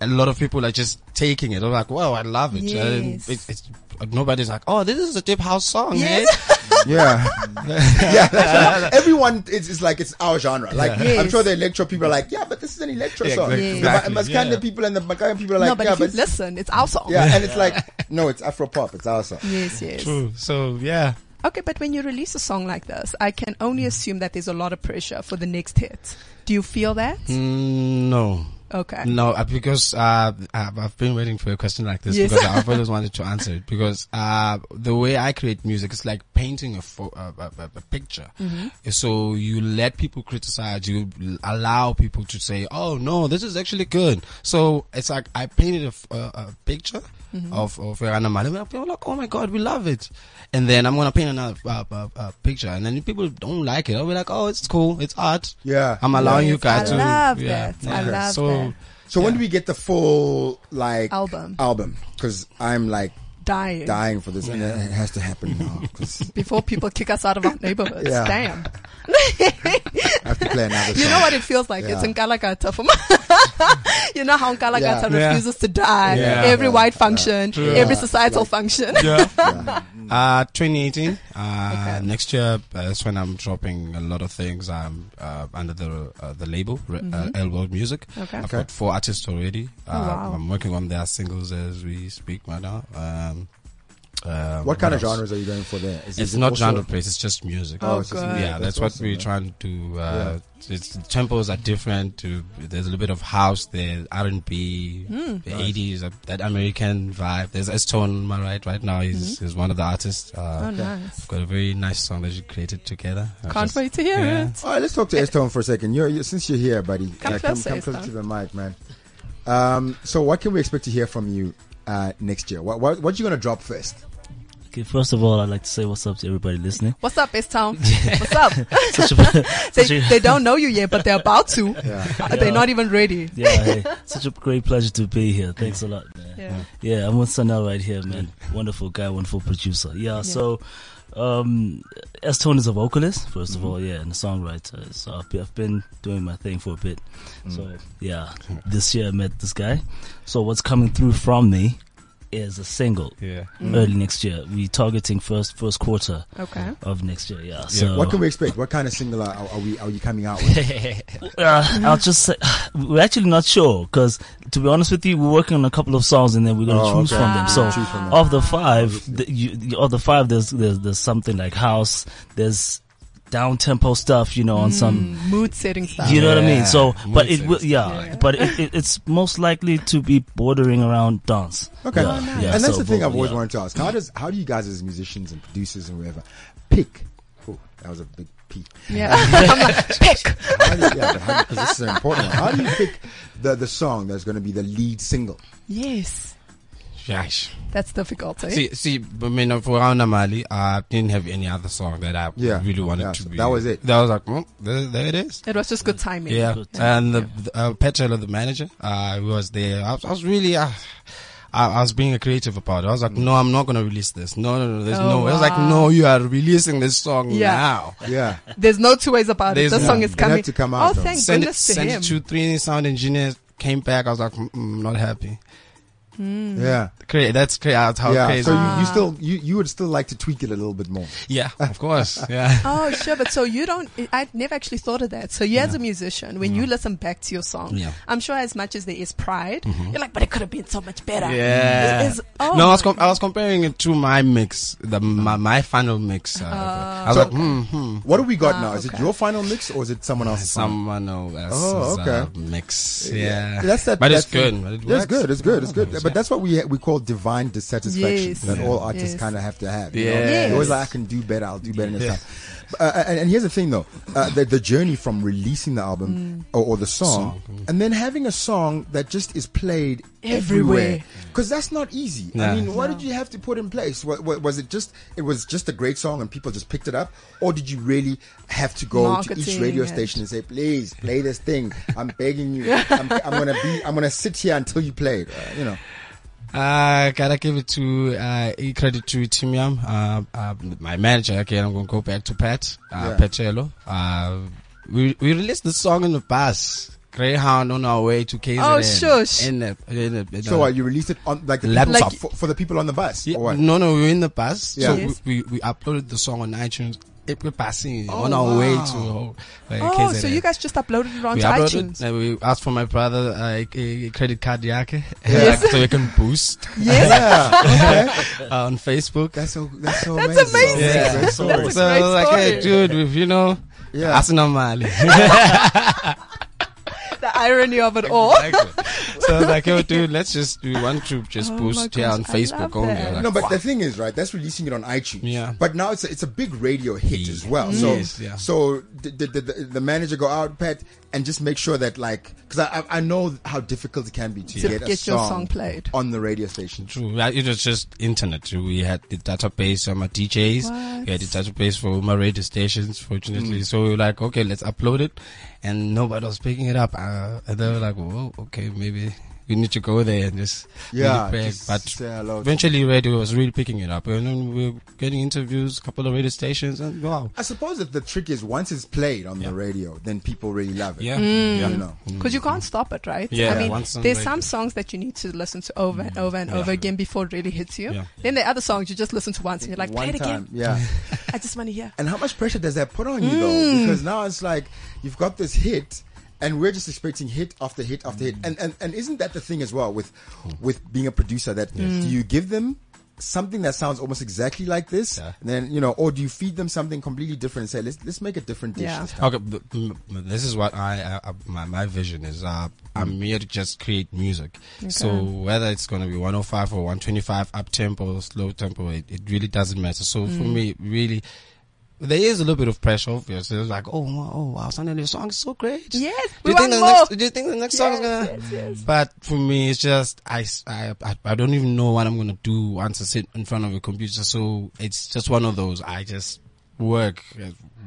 a lot of people are just taking it. They're like, wow, I love it. Yes. And it, it's, nobody's like, oh, this is a deep house [laughs] song. Yes. Eh? [laughs] Yeah, yeah. [laughs] That's what- everyone is, is like it's our genre. Like Yeah. I'm Yes. sure the electro people are like, yeah, but this is an electro Yeah, song. The exactly. Ma- Exactly, Maskandi yeah. people and the Makai people are like, no, but yeah, if you but listen, it's our song. yeah, and it's like, no, it's Afro pop. It's our song. Yes, yes. True. So yeah, Okay, but when you release a song like this, I can only assume that there's a lot of pressure for the next hit. Do you feel that? Mm, no. Okay. No, uh, because uh, I've I've been waiting for a question like this Yes. because [laughs] I've always wanted to answer it. Because uh, the way I create music is like painting a, fo- a, a, a- a picture. Mm-hmm. So you let people criticize, you allow people to say, "Oh no, this is actually good." So it's like I painted a, f- a- a picture Mm-hmm. of of Rihanna Mali. and People are like, "Oh my god, we love it," and then I'm gonna paint another uh, uh, uh, picture, and then if people don't like it, I'll be like, "Oh, it's cool, it's art." Yeah. I'm allowing Yes, you I guys to. love yeah, that. I yeah. love so, that. So when do we get the full like Album. Album, because I'm like Dying. dying for this, and it it has to happen now. 'cause Before people kick us out of our neighborhoods. Yeah. Damn. I have to play another. You song. know what it feels like? It's Yeah. Nkalakata for me. [laughs] you know how Nkalakata Yeah. refuses to die. Yeah. Every Yeah. white function, every Yeah. societal function. [laughs] yeah. Uh, 2018. Uh, Okay. next year, uh, that's when I'm dropping a lot of things. I'm uh, under the uh, the label re- uh, L World Music. Mm-hmm. Okay. I've Okay. got four artists already. Uh, wow. I'm working on their singles as we speak right now. Um, uh, What kind of else? genres are you going for there? Is- is It's it not also- genre based. It's just music. Oh, it's just good. music. Yeah, that's, what awesome, we're yeah. trying to. Uh, It's, the tempos are different. To, there's a little bit of house. There's R and B, Hmm. the eighties, that American vibe. There's S Tone on my right right now. He's, he's one of the artists. Uh, Mm-hmm. Oh, nice. Got a very nice song that you created together. I Can't just- wait to hear yeah. it. All right, let's talk to Estone for a second. You're, you since you're here, buddy. uh, Come come, closer, come closer Estone. to the mic, man. Um, so, what can we expect to hear from you uh, next year? What, what, what you going to drop [laughs] first? Okay, first of all, I'd like to say what's up to everybody listening. [laughs] What's up, East Town? What's up? Such a, such they, a, they don't know you yet, but they're about to. They're not even ready. [laughs] yeah, hey, such a great pleasure to be here. Thanks a lot, man. Yeah. Yeah, I'm with Sanel right here, man. Wonderful guy, wonderful producer. Yeah, so um S Tone is a vocalist, 1st of all, yeah, and a songwriter. So I've been, I've been doing my thing for a bit. So yeah, this year I met this guy. So what's coming through from me is a single Yeah. early next year. We targeting first first quarter Okay. of next year. Yeah. So What can we expect? What kind of single are, are we? Are you coming out [laughs] with? Uh, I'll just say [sighs] we're actually not sure because, to be honest with you, we're working on a couple of songs and then we're gonna Oh, choose okay. from them. So, Choose from them. of the five, the, you, the, of the five, there's, there's there's something like house, there's down tempo stuff, you know, on some, Mood setting stuff. you know what I Yeah. mean. So, but Makes it will, sense. yeah, but it, it, it's most likely to be bordering around dance. Okay, Yeah, Oh, yeah, and that's so the thing we'll- I've always yeah. [laughs] wanted to ask. How does how do you guys as musicians and producers and whatever pick? Oh, that was a big P. [laughs] Yeah. I'm like, pick. How do, yeah, but how, 'cause this is an important one. How do you pick the the song that's going to be the lead single? Yes. Yes. That's difficult. Eh? See, see, I mean, for Round Mali, I didn't have any other song that I Yeah. really wanted Yeah, to so be. that was it. That was like, well, there, there it is. It was just good timing. Yeah, and the, the uh, Petrella, the manager, uh, who was there. I was, I was really, uh, I, I was being a creative about it. I was like, no, I'm not gonna release this. No, no, no, there's Oh, no. I was like, wow. no, you are releasing this song Yeah. now. Yeah, There's no two ways about There's it. This no- song is It coming. had to come out, oh, though. thank Send it, goodness to send him. it to three sound engineers. Came back. I was like, mm, mm, not happy. Mm. yeah, Cra- that's crazy. That's how yeah. crazy. So you, you still you, you would still like to tweak it a little bit more. yeah, of course. [laughs] Yeah. Oh, sure. But so you don't, I- I'd never actually thought of that. So you as a musician, when you listen back to your song, Yeah. Mm-hmm. I'm sure as much as there is pride, you're like, but it could have been so much better. Yeah. It's- it's- oh no, I was my com- I was comparing it to my mix, the my, my final mix. Uh, Oh. I was So- like, hmm, hmm. What do we got now? Ah, Is it okay. your final mix or is it someone else's? final? Someone else's Oh, uh, okay. mix. Yeah. That's that. But it's that good. thing. But it That's works. good. It's good. It's good. Yeah. But that's what we we call divine dissatisfaction Yes. that all artists Yes. kind of have to have. you Yeah. know? You're always Yes. like I can do better. I'll do better next time. Uh, and, and here's the thing, though, uh, the, the journey from releasing the album Mm. or, or the song, and then having a song that just is played everywhere, Everywhere. because that's not easy. I Yeah. mean, what did you have to put in place? Wa- wa- Was it just it was just a great song and people just picked it up, or did you really have to go to each Marketing radio it. station? and say, "Please play this thing. I'm begging you. I'm, I'm gonna be. I'm gonna sit here until you play it." Uh, you know. Uh, gotta give it to uh, e- credit to Tim Yam, uh, uh, my manager. Again, I'm gonna go back to Pat uh, Yeah. Pacello. Uh, we we released the song in the bus. Greyhound on our way to KZN. Oh, shush. In the, in the, in So the- what, you released it on like the people, Laptop. for, for the people on the bus? Yeah, or what? no, no, we were in the bus. Yeah. So Yes. we, we, we uploaded the song on iTunes. It was passing on our way to uh, Oh, KZN. so you guys just uploaded it onto we uploaded, iTunes? and we asked for my brother uh, a, a credit [laughs] card, yake, Yes. so we can boost Yes. Yeah. okay. uh, on Facebook. That's so. That's so. That's amazing. amazing. Yeah. That's so That's a awesome. so great like, hey, story. dude, if you know, Yeah. [laughs] Arsenal Mali. the irony of it all. so I was like, yo, dude, let's just do one group, just Oh my boost here gosh, on I Facebook love only. that. Like, No, but wow. the thing is, right? That's releasing it on iTunes. Yeah. But now it's a, it's a big radio hit as well. Mm. So Yes, yeah. so did, did, did the, the manager go out, Pat, and just make sure that like because I, I I know how difficult it can be to, To get, a get song your song played. on the radio station. True. Like, It was just internet. We had the database for my DJs. What? We had the database for my radio stations, fortunately. Mm. So we were like, okay, let's upload it. And nobody was picking it up. Uh, and they were like, whoa, okay, maybe we need to go there and just bring Yeah, it back. just say hello But to- eventually radio was really picking it up. And then we were getting interviews, a couple of radio stations, and wow. I suppose that the trick is once it's played on the radio, then people really love it. Yeah. Mm. You yeah. know. Because you can't stop it, right? Mm. Yeah. I mean, Once on there's radio. some songs that you need to listen to over and over and over again before it really hits you. Yeah. Then there are other songs you just listen to once and you're like, play One it time, again. [laughs] yeah. I just want to hear. And how much pressure does that put on you though? Mm. Because now it's like you've got this hit and we're just expecting hit after hit after Mm. hit. And and, and isn't that the thing as well with with being a producer that Mm. do you give them something that sounds almost exactly like this Yeah. and then you know or do you feed them something completely different and say let's let's make a different dish Yeah. this time. Okay, th- m- m- this is what I, I, I my, my vision is. Uh, I'm here to just create music. So whether it's going to be 105 or 125, up tempo, slow tempo, it, it really doesn't matter. So for me, really, there is a little bit of pressure. Obviously, it's like, oh, wow, oh, wow, suddenly your song is so great. Yes, we Do you think want the more. next? Do you think the next song is Yes, gonna? But for me, it's just I, s- I- I- I don't even know what I'm gonna do once I sit in front of a computer. So it's just one of those. I just work.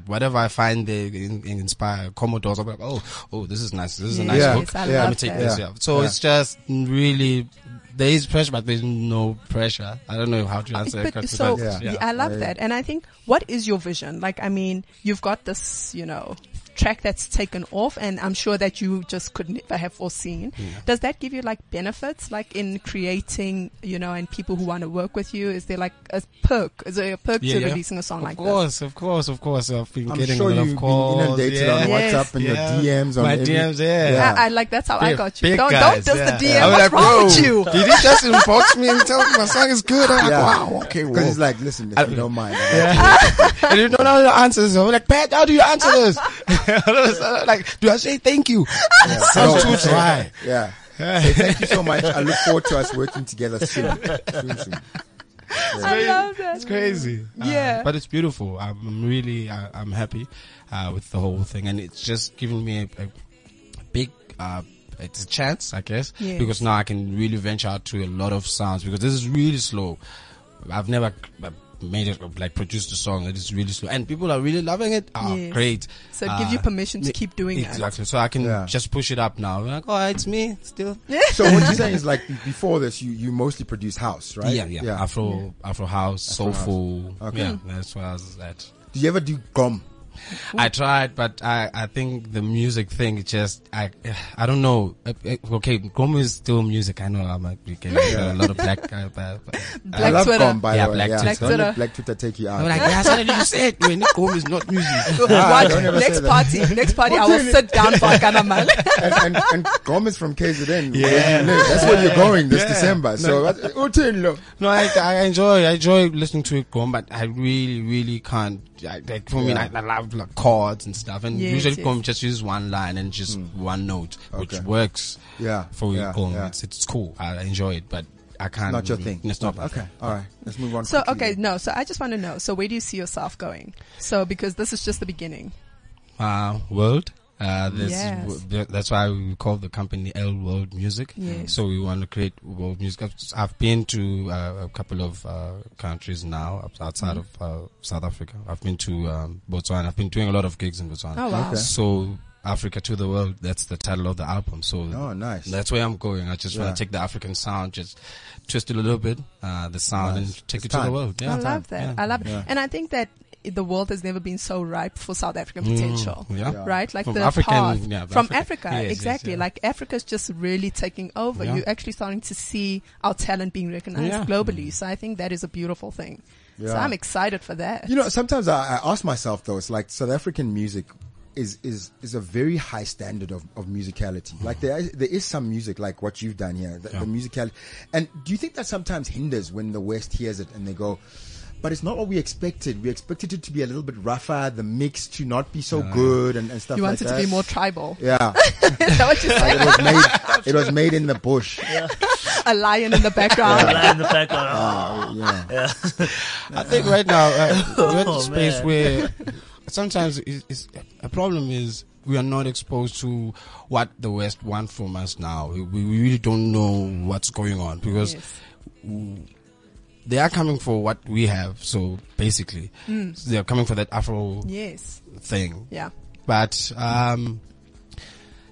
Whatever I find they in, in inspire Commodores, I'm like, oh, oh, this is nice. This is a nice Yes, hook. I Let me love take that. this. Yeah. Yeah. So Yeah. it's just really there is pressure, but there's no pressure. I don't know how to answer But, that question. so but, Yeah. y- I love that, and I think what is your vision? Like, I mean, you've got this, you know, track that's taken off, and I'm sure that you just could never have foreseen. Does that give you like benefits, like in creating, you know, and people who want to work with you? Is there like a perk? Is there a perk Yeah, to yeah. releasing a song Of like this? course, of course, of course. I've been I'm getting sure a lot you've of calls. been inundated yeah. on Yes. WhatsApp and Yeah. your DMs on My every- DMs, yeah. Yeah. I, I like that's how I Big- got you. big Don't guys, don't diss yeah. the I DM. was What's like, wrong with "Whoa, [laughs] you? Did he just inbox me and tell me my song is good? I'm Yeah. like, wow, okay, Because whoa. it's like, listen, if I- you don't [laughs] mind. and you don't know how to answer this. I'm like, Pat, how do you [laughs] answer this? [laughs] All of a sudden, like, do I say thank you? Yeah. Sounds No, too dry. Yeah. So thank you so much. I look forward to us working together [laughs] soon. soon, soon. I love that. It's crazy. Uh, Yeah. but it's beautiful. I'm I'm really, uh, I'm happy uh, with the whole thing. And it's just given me a, a big, uh, it's a chance, I guess, Yes. because now I can really venture out to a lot of sounds because this is really slow. I've never uh, made it, like produced a song that is really slow and people are really loving it. Ah, Yes. great. So it gives you permission to keep doing it. exactly. Exactly. So I can Yeah. just push it up now. Like, oh, it's me still. So what you're saying is like be- before this, you, you mostly produce house, right? Yeah, yeah. Afro, Afro house, soulful. Yeah, that's where I was at. Do you ever do gum? I tried, but I, I think the music thing is just, I, I don't know. Uh, uh, Okay, Gomu is still music. I know I'm like, getting a lot of black, uh, but, [laughs] but- I Black love Twitter. gum, by Yeah, the way. Black yeah, Twitter. Don't let Twitter. Black Twitter take you out. I'm like, yeah, suddenly you said, when Gomu is not music. Ah, What? don't ever say Next that. party, next party, I What's will in it? sit down for Kanamal. and, and, and gum is from [laughs] KZN. Yeah. That's where you're going this December. So uh, what- Uthini lo? No, I, I enjoy, I enjoy listening to it gone, but I really, really can't. I, like, for me, Yeah. I, I love like chords and stuff, and Yes, usually yes. gone just uses one line and just one note, which Hmm. Okay. works. Yeah, for yeah, yeah, gone, yeah. it's, it's cool. I, I enjoy it, but I can't. Not your thing. It's not my Okay. thing. All right. Let's move on. So quickly. okay, no. So I just want to know. So where do you see yourself going? So because this is just the beginning. uh, world. Uh, this Yes. w- th- that's why we call the company L World Music. Yes. So we want to create world music. I've- I've been to uh, a couple of uh, countries now up- outside Mm-hmm. of uh, South Africa. I've been to um, Botswana. I've been doing a lot of gigs in Botswana. Oh wow. Okay. So Africa to the world. That's the title of the album. So Oh, nice. That's where I'm going. I just Yeah. want to take the African sound, just twist it a little bit, uh, the sound, Nice. and take It's it to time. the world. I Yeah. love that. I love it. And I think that the world has never been so ripe for South African potential. Mm, yeah. Yeah. Right, like From the African- path yeah, from Africa- Africa, yes, yes, exactly. yeah. Like Africa's just really taking over. Yeah. You're actually starting to see our talent being recognized Yeah. globally. So I think that is a beautiful thing. So Yeah. I'm excited for that. You know, sometimes I, I ask myself though, it's like South African music is is is a very high standard of, of musicality. Like there is- there is some music like what you've done here, the, the musicality. And do you think that sometimes hinders when the West hears it and they go? But it's not what we expected. We expected it to be a little bit rougher, the mix to not be so good and, and stuff you like want it that. to be more tribal. yeah, [laughs] is [laughs] that what you're saying? it was [laughs] made. It was made in the bush. a lion in the background. Lie in the background. Uh, Yeah. I think right now uh, we're at a Oh, space man. where sometimes it's, it's, a problem is we are not exposed to what the West want from us now. We, we really don't know what's going on because Yes. they are coming for what we have. So basically, so they are coming for that Afro Yes. thing. Yeah. But um,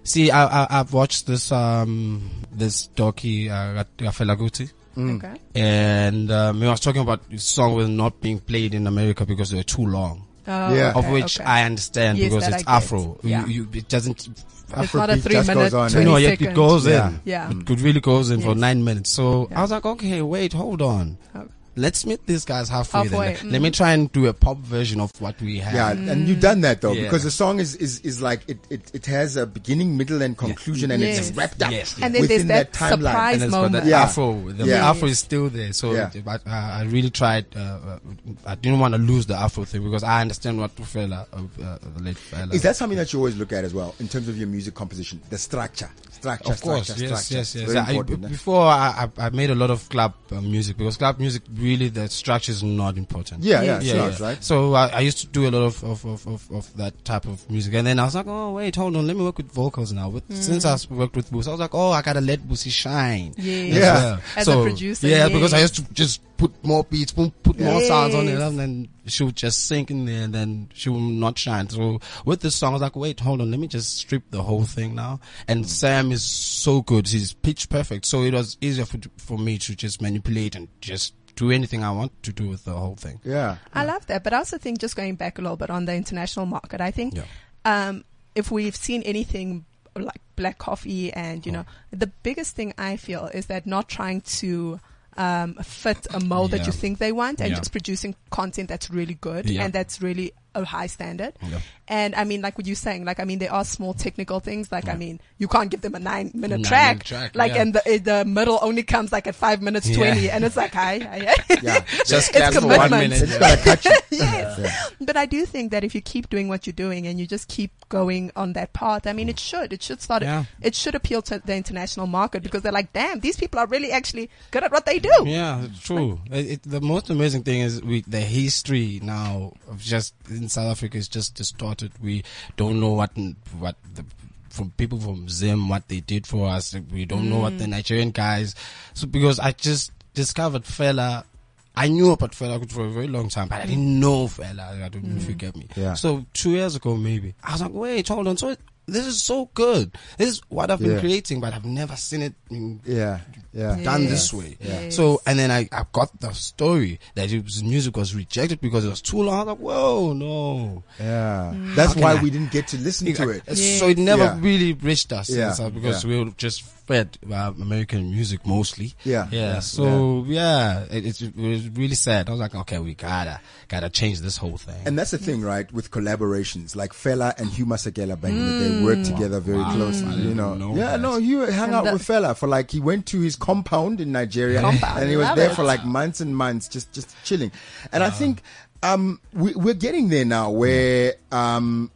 see, I, I, I've watched this um, this docu uh, Rafael Aguti Mm. Okay. and um, he was talking about the song was not being played in America because they were too long. Oh, Yeah. of which I understand Yes, because that it's I get. Afro. Yeah. You, you, it doesn't. It's not a Afrobeat three just minute. goes on, eh? 20 no, yeah, it second. goes in. Yeah. Yeah. It could really goes in for Yes. nine minutes. So Yeah. I was like, okay, wait, hold on. Oh. Let's meet these guys halfway. then. Halfway, Let me mm. try and do a pop version of what we have. Yeah, and you've done that though, Yeah. because the song is, is, is like it, it, it has a beginning, middle, and conclusion, and Yes. it's wrapped up Yes, yes. And then within there's that, timeline. surprise and it's got moment. that Yeah. afro. The Yeah. afro is still there. So Yeah. it- but, uh, I really tried. Uh, uh, I didn't want to lose the afro thing because I understand what fella, uh, uh, the late fella. Is that something that you always look at as well in terms of your music composition, the structure, structure, Of course, structure, yes, structure. yes, yes. Very I- important, b- eh? before I, I, I made a lot of club uh, music because club music really the structure is not important. yeah, yeah, Yes, yeah, Yeah, yes, yeah. right. So I, I used to do a lot of of, of, of of that type of music, and then I was like, oh wait, hold on, let me work with vocals now. Mm. With, Since I worked with Boosie, I was like, oh, I gotta let Boosie shine. Yes. as Yeah. well. As a producer, yeah, because yes. I used to just put more beats, boom, put more sounds on it, Yes. and then she would just sink in there, and then she will not shine. So with this song, I was like, wait, hold on, let me just strip the whole thing now. And Sam is so good; he's pitch perfect. So it was easier for for me to just manipulate and just do anything I want to do with the whole thing. Yeah, I love that. But I also think just going back a little bit on the international market, I think Yeah. um, if we've seen anything like black coffee and, Oh. you know, the biggest thing I feel is that not trying to um, fit a mold that Yeah. you think they want and Yeah. just producing content that's really good Yeah. and that's really a high standard. Yeah. And I mean, like what you're saying, like, I mean, there are small technical things. Like, I mean, you can't give them a nine minute Nine-minute track. track, Like, yeah. and the, eh, the middle only comes like at five minutes Yeah. 20 and it's like, hi, hi, hi. [laughs] yeah. [laughs] Just It's clap for one commitment. minute. It's gotta catch you. [laughs] yes. Yeah. But I do think that if you keep doing what you're doing and you just keep going on that path, I mean, it should. It should start. Yeah. It should appeal to the international market because they're like, damn, these people are really actually good at what they do. Yeah, it's true. It, it, the most amazing thing is we, the history now of just in South Africa is just distorted. We don't know what what the from people from Zim what they did for us. We don't know what the Nigerian guys. So because I just discovered fella. I knew about Fela Kuti for a very long time, but I didn't know Fela. I don't know if you get me. Yeah. So two years ago, maybe I was like, "Wait, hold on. So this is so good. This is what I've been Yeah. creating, but I've never seen it in yeah, yeah, Yeah. done Yes. this way. Yes. So, and then I, I got the story that it was, music was rejected because it was too long. I was like, whoa, no. yeah. Mm. That's why I- we didn't get to listen to it. So it never Yeah. really reached us in Yeah. South because Yeah. we were just fed uh, American music mostly. Yeah. Yeah. Yeah. So yeah, it, it's- it was really sad. I was like, okay, we gotta, gotta change this whole thing. And that's the thing, right? With collaborations, like Fela and Hugh Masakela back in the day Mm. worked together very closely. you know, know yeah, that. no, Hugh hung And out that- with Fela for like he went to his compound in Nigeria Compound, and he was love there it. Uh. for like months and months, just just chilling. And I think um, we, we're getting there now, where um,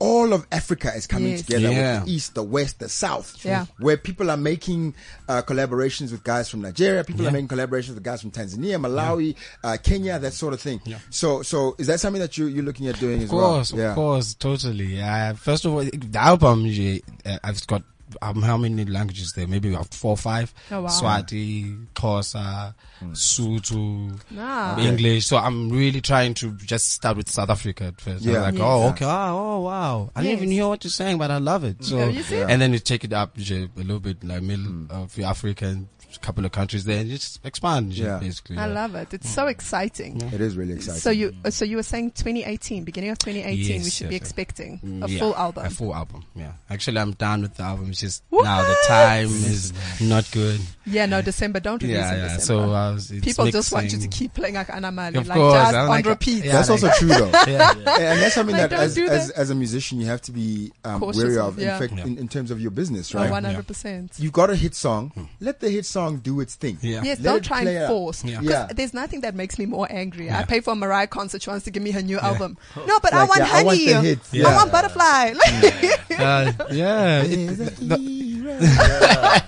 all of Africa is coming Yes. together Yeah. with the East, the West, the South, Yeah. where people are making uh, collaborations with guys from Nigeria, people are making collaborations with guys from Tanzania, Malawi, uh, Kenya, that sort of thing. So, so is that something that you, you're looking at doing as Of course, well? of course, totally. Uh, first of all, the album, yeah, uh, I've got um, how many languages there? Maybe about four or five. Oh, wow. Swati, Kosa, Hmm. Sutu, Ah. English. So I'm really trying to just start with South Africa at first. I'm Yeah. like, Yes. oh, okay. Ah, oh, wow. I didn't even Yes. Oh, hear what you're saying, but I love it. So, you see? Hmm. and then you take it up yeah, a little bit, like middle of the African a couple of countries there. You just expand, you Yeah. basically. I yeah. love it. It's so exciting. It is really exciting. So you uh, so you were saying 2018, beginning of 2018, we Yes, should be yes, yes. expecting Mm, a yeah, full album. A full album, yeah. Actually, I'm done with the album. It's just What? now the time is not good. yeah, no, December. Don't release Yeah, in yeah. December. So I was, it's People just want you to mixing. keep playing like Anamali, Of like course, just I on like- repeat. yeah. That's like- also true [laughs] though. [laughs] Yeah. And that's something Like, that don't as, do that. as as a musician you have to be um, Cautious wary of. of, yeah. In fact, Yeah. in, in terms of your business, Oh, right? Right. 100%. You've got a hit song. Let the hit song do its thing. Yeah. Yes, Let don't it try play and out. force. Yeah. Because Yeah. there's nothing that makes me more angry. I Yeah. pay for a Mariah concert. She wants to give me her new album. No, but I Like, want yeah, I want honey. the hit. I Yeah. want butterfly. [laughs] Like, Uh, yeah. it- There's a era.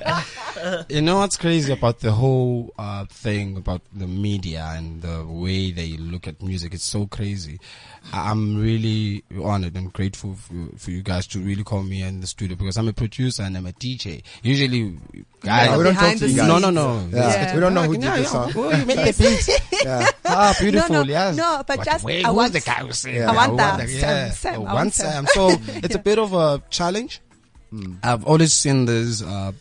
you know what's crazy about the whole uh, thing about the media and the way they look at music? It's so crazy. I- I'm really honored and grateful for, for you guys to really call me in the studio because I'm a producer and I'm a DJ. Usually, guys, Yeah, we don't talk behind to the you guys. no, no, no. Yeah. Yeah. We don't know who did Yeah, the yeah. song. Oh, you made the [laughs] beat. Ah, beautiful. No, no, yes. no, but just I who's want- the guy who sang I that? want Who that. was Sam, yeah. Sam, I Oh, want one Sam. Sam. [laughs] So it's a bit of a challenge. I've always seen this. Uh,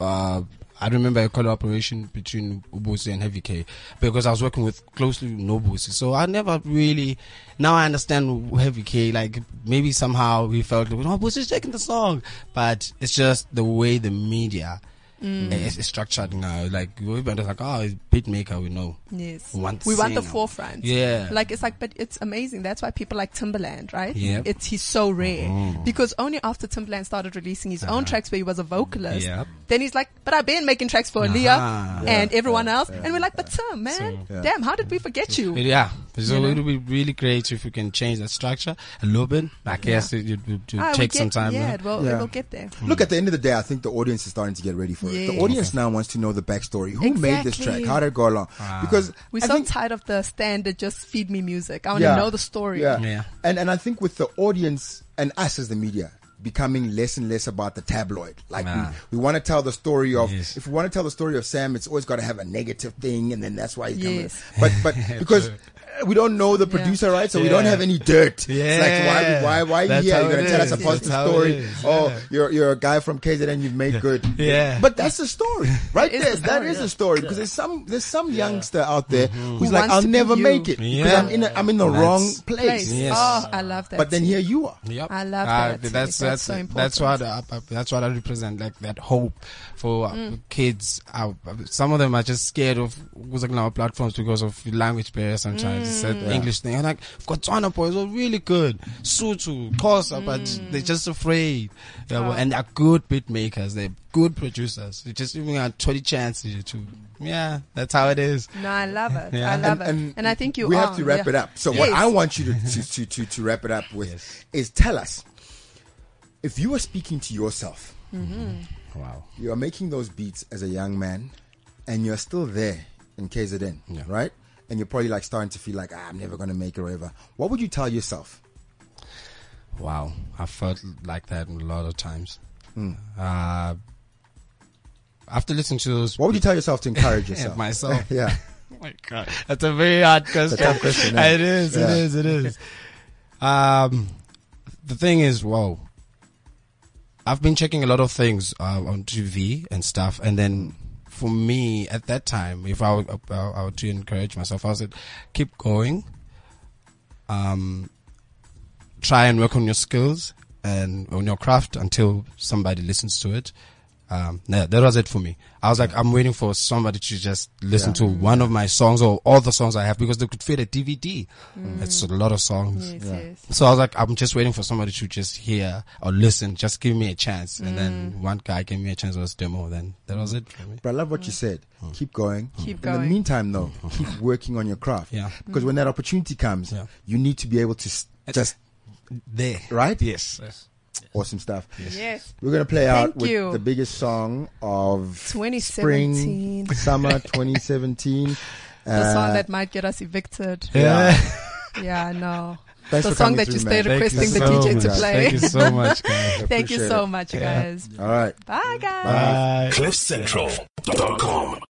uh, I remember a collaboration between Ubusi and Heavy K because I was working with closely with Nobusi. So I never really. Now I understand Heavy K. Like maybe somehow he felt Nobusi's taking the song, but it's just the way the media. Hmm. is is structured now, like we're like, oh, it's beat maker, we know. yes. We want the we want the singer. forefront. Yeah. Like it's like, but it's amazing. That's why people like Timberland, right? Yep. Oh. It's he's so rare because only after Timberland started releasing his own tracks where he was a vocalist, Uh-huh. Yep. then he's like, "But I've been making tracks for Leah Uh-huh. and everyone else," and we're like, "But Tim, man, Yeah. damn, how did we forget you?" But yeah, so it would be really great if we can change that structure a little bit. I guess it, it would Ah, we would take get- some time. Yeah, huh? it will, Yeah. it will get there. Look, at the end of the day, I think the audience is starting to get ready for it. Yes. The audience now wants to know the backstory. Who made this track? Exactly. How did it go along? Because We're I so think- tired of the standard, just feed me music. I want to know the story. Yeah. Yeah. And and I think with the audience and us as the media becoming less and less about the tabloid. Like Ah. we, we want to tell the story of Yes. if we want to tell the story of Sam, it's always got to have a negative thing and then that's why you Yes. come [laughs] in. But but because uh, we don't know the producer, right? So we don't Yeah. have any dirt. It's Yeah. like why why why are That's you here? how You're gonna it tell us a is. positive That's how it story. is. Oh, you're you're a guy from KZN, you've made good. Yeah. But that's the [laughs] story. Right It is there. the That story, is the story. Because there's some there's some youngster out there who's Who like, wants I'll to be never you. make it. Because Mm-hmm. Yeah. I'm in a, I'm in the That's- wrong Place. place. Yes. Oh, I love that. But then too. here you are. Yep. I love Ah, that. that's That's so important. that's what I, I- that's what I represent. Like that hope for uh, Mm. kids. Uh, some of them are just scared of using our platforms because of language barriers. Sometimes it's an Mm. English thing. And like Botswana boys are really good, Sutu, Kosa, Mm. but they're just afraid. Yeah, well, And they're good beat makers. They're good producers. They just even a twenty chance to. Yeah, that's how it is. No, I love it. Yeah. I And- love it. And, and I think you we are. have to wrap yeah. it up. So what Yes. I want you to to, to, to, to wrap it up with is tell us if you are speaking to yourself, Wow. you are making those beats as a young man, and you're still there in KZN, Yeah. right? And you're probably like starting to feel like ah, I'm never gonna make it or ever. What would you tell yourself? Wow, I felt like that a lot of times. Hmm. Uh, after listening to those, What would you tell yourself to encourage Yeah, yourself? myself. [laughs] yeah. oh my god, that's a very hard question. tough question, eh? [laughs] It is, Yeah. it is, it is. Um, the thing is, whoa. I've been checking a lot of things uh, on TV and stuff, and then for me at that time, if I would, I, I would to encourage myself, I said, keep going. Um, try and work on your skills and on your craft until somebody listens to it. Um, yeah, that was it for me. I was like, I'm waiting for somebody to just listen to one of my songs or all the songs I have because they could fit a DVD. It's a lot of songs. Yes, yes. So I was like, I'm just waiting for somebody to just hear or listen. Just give me a chance. And Mm. then one guy gave me a chance was demo. Then that was it for me. But I love what you said. Keep going. In Keep going. Mm. the meantime, though, keep working on your craft. Yeah. Because when that opportunity comes, Yeah. you need to be able to s- just There. right. Yes. Awesome stuff. Yes. We're gonna play out Thank with you. the biggest song of 2017. spring, [laughs] summer 2017. The song Uh, that might get us evicted. [laughs] Yeah. Yeah, [laughs] I know. Thanks the for song coming that through, you man. stayed requesting the so DJ to much. play. Thank you so much, guys. Thank you Appreciate so it. much, guys. All right. [laughs] Bye, guys. CliffCentral.com.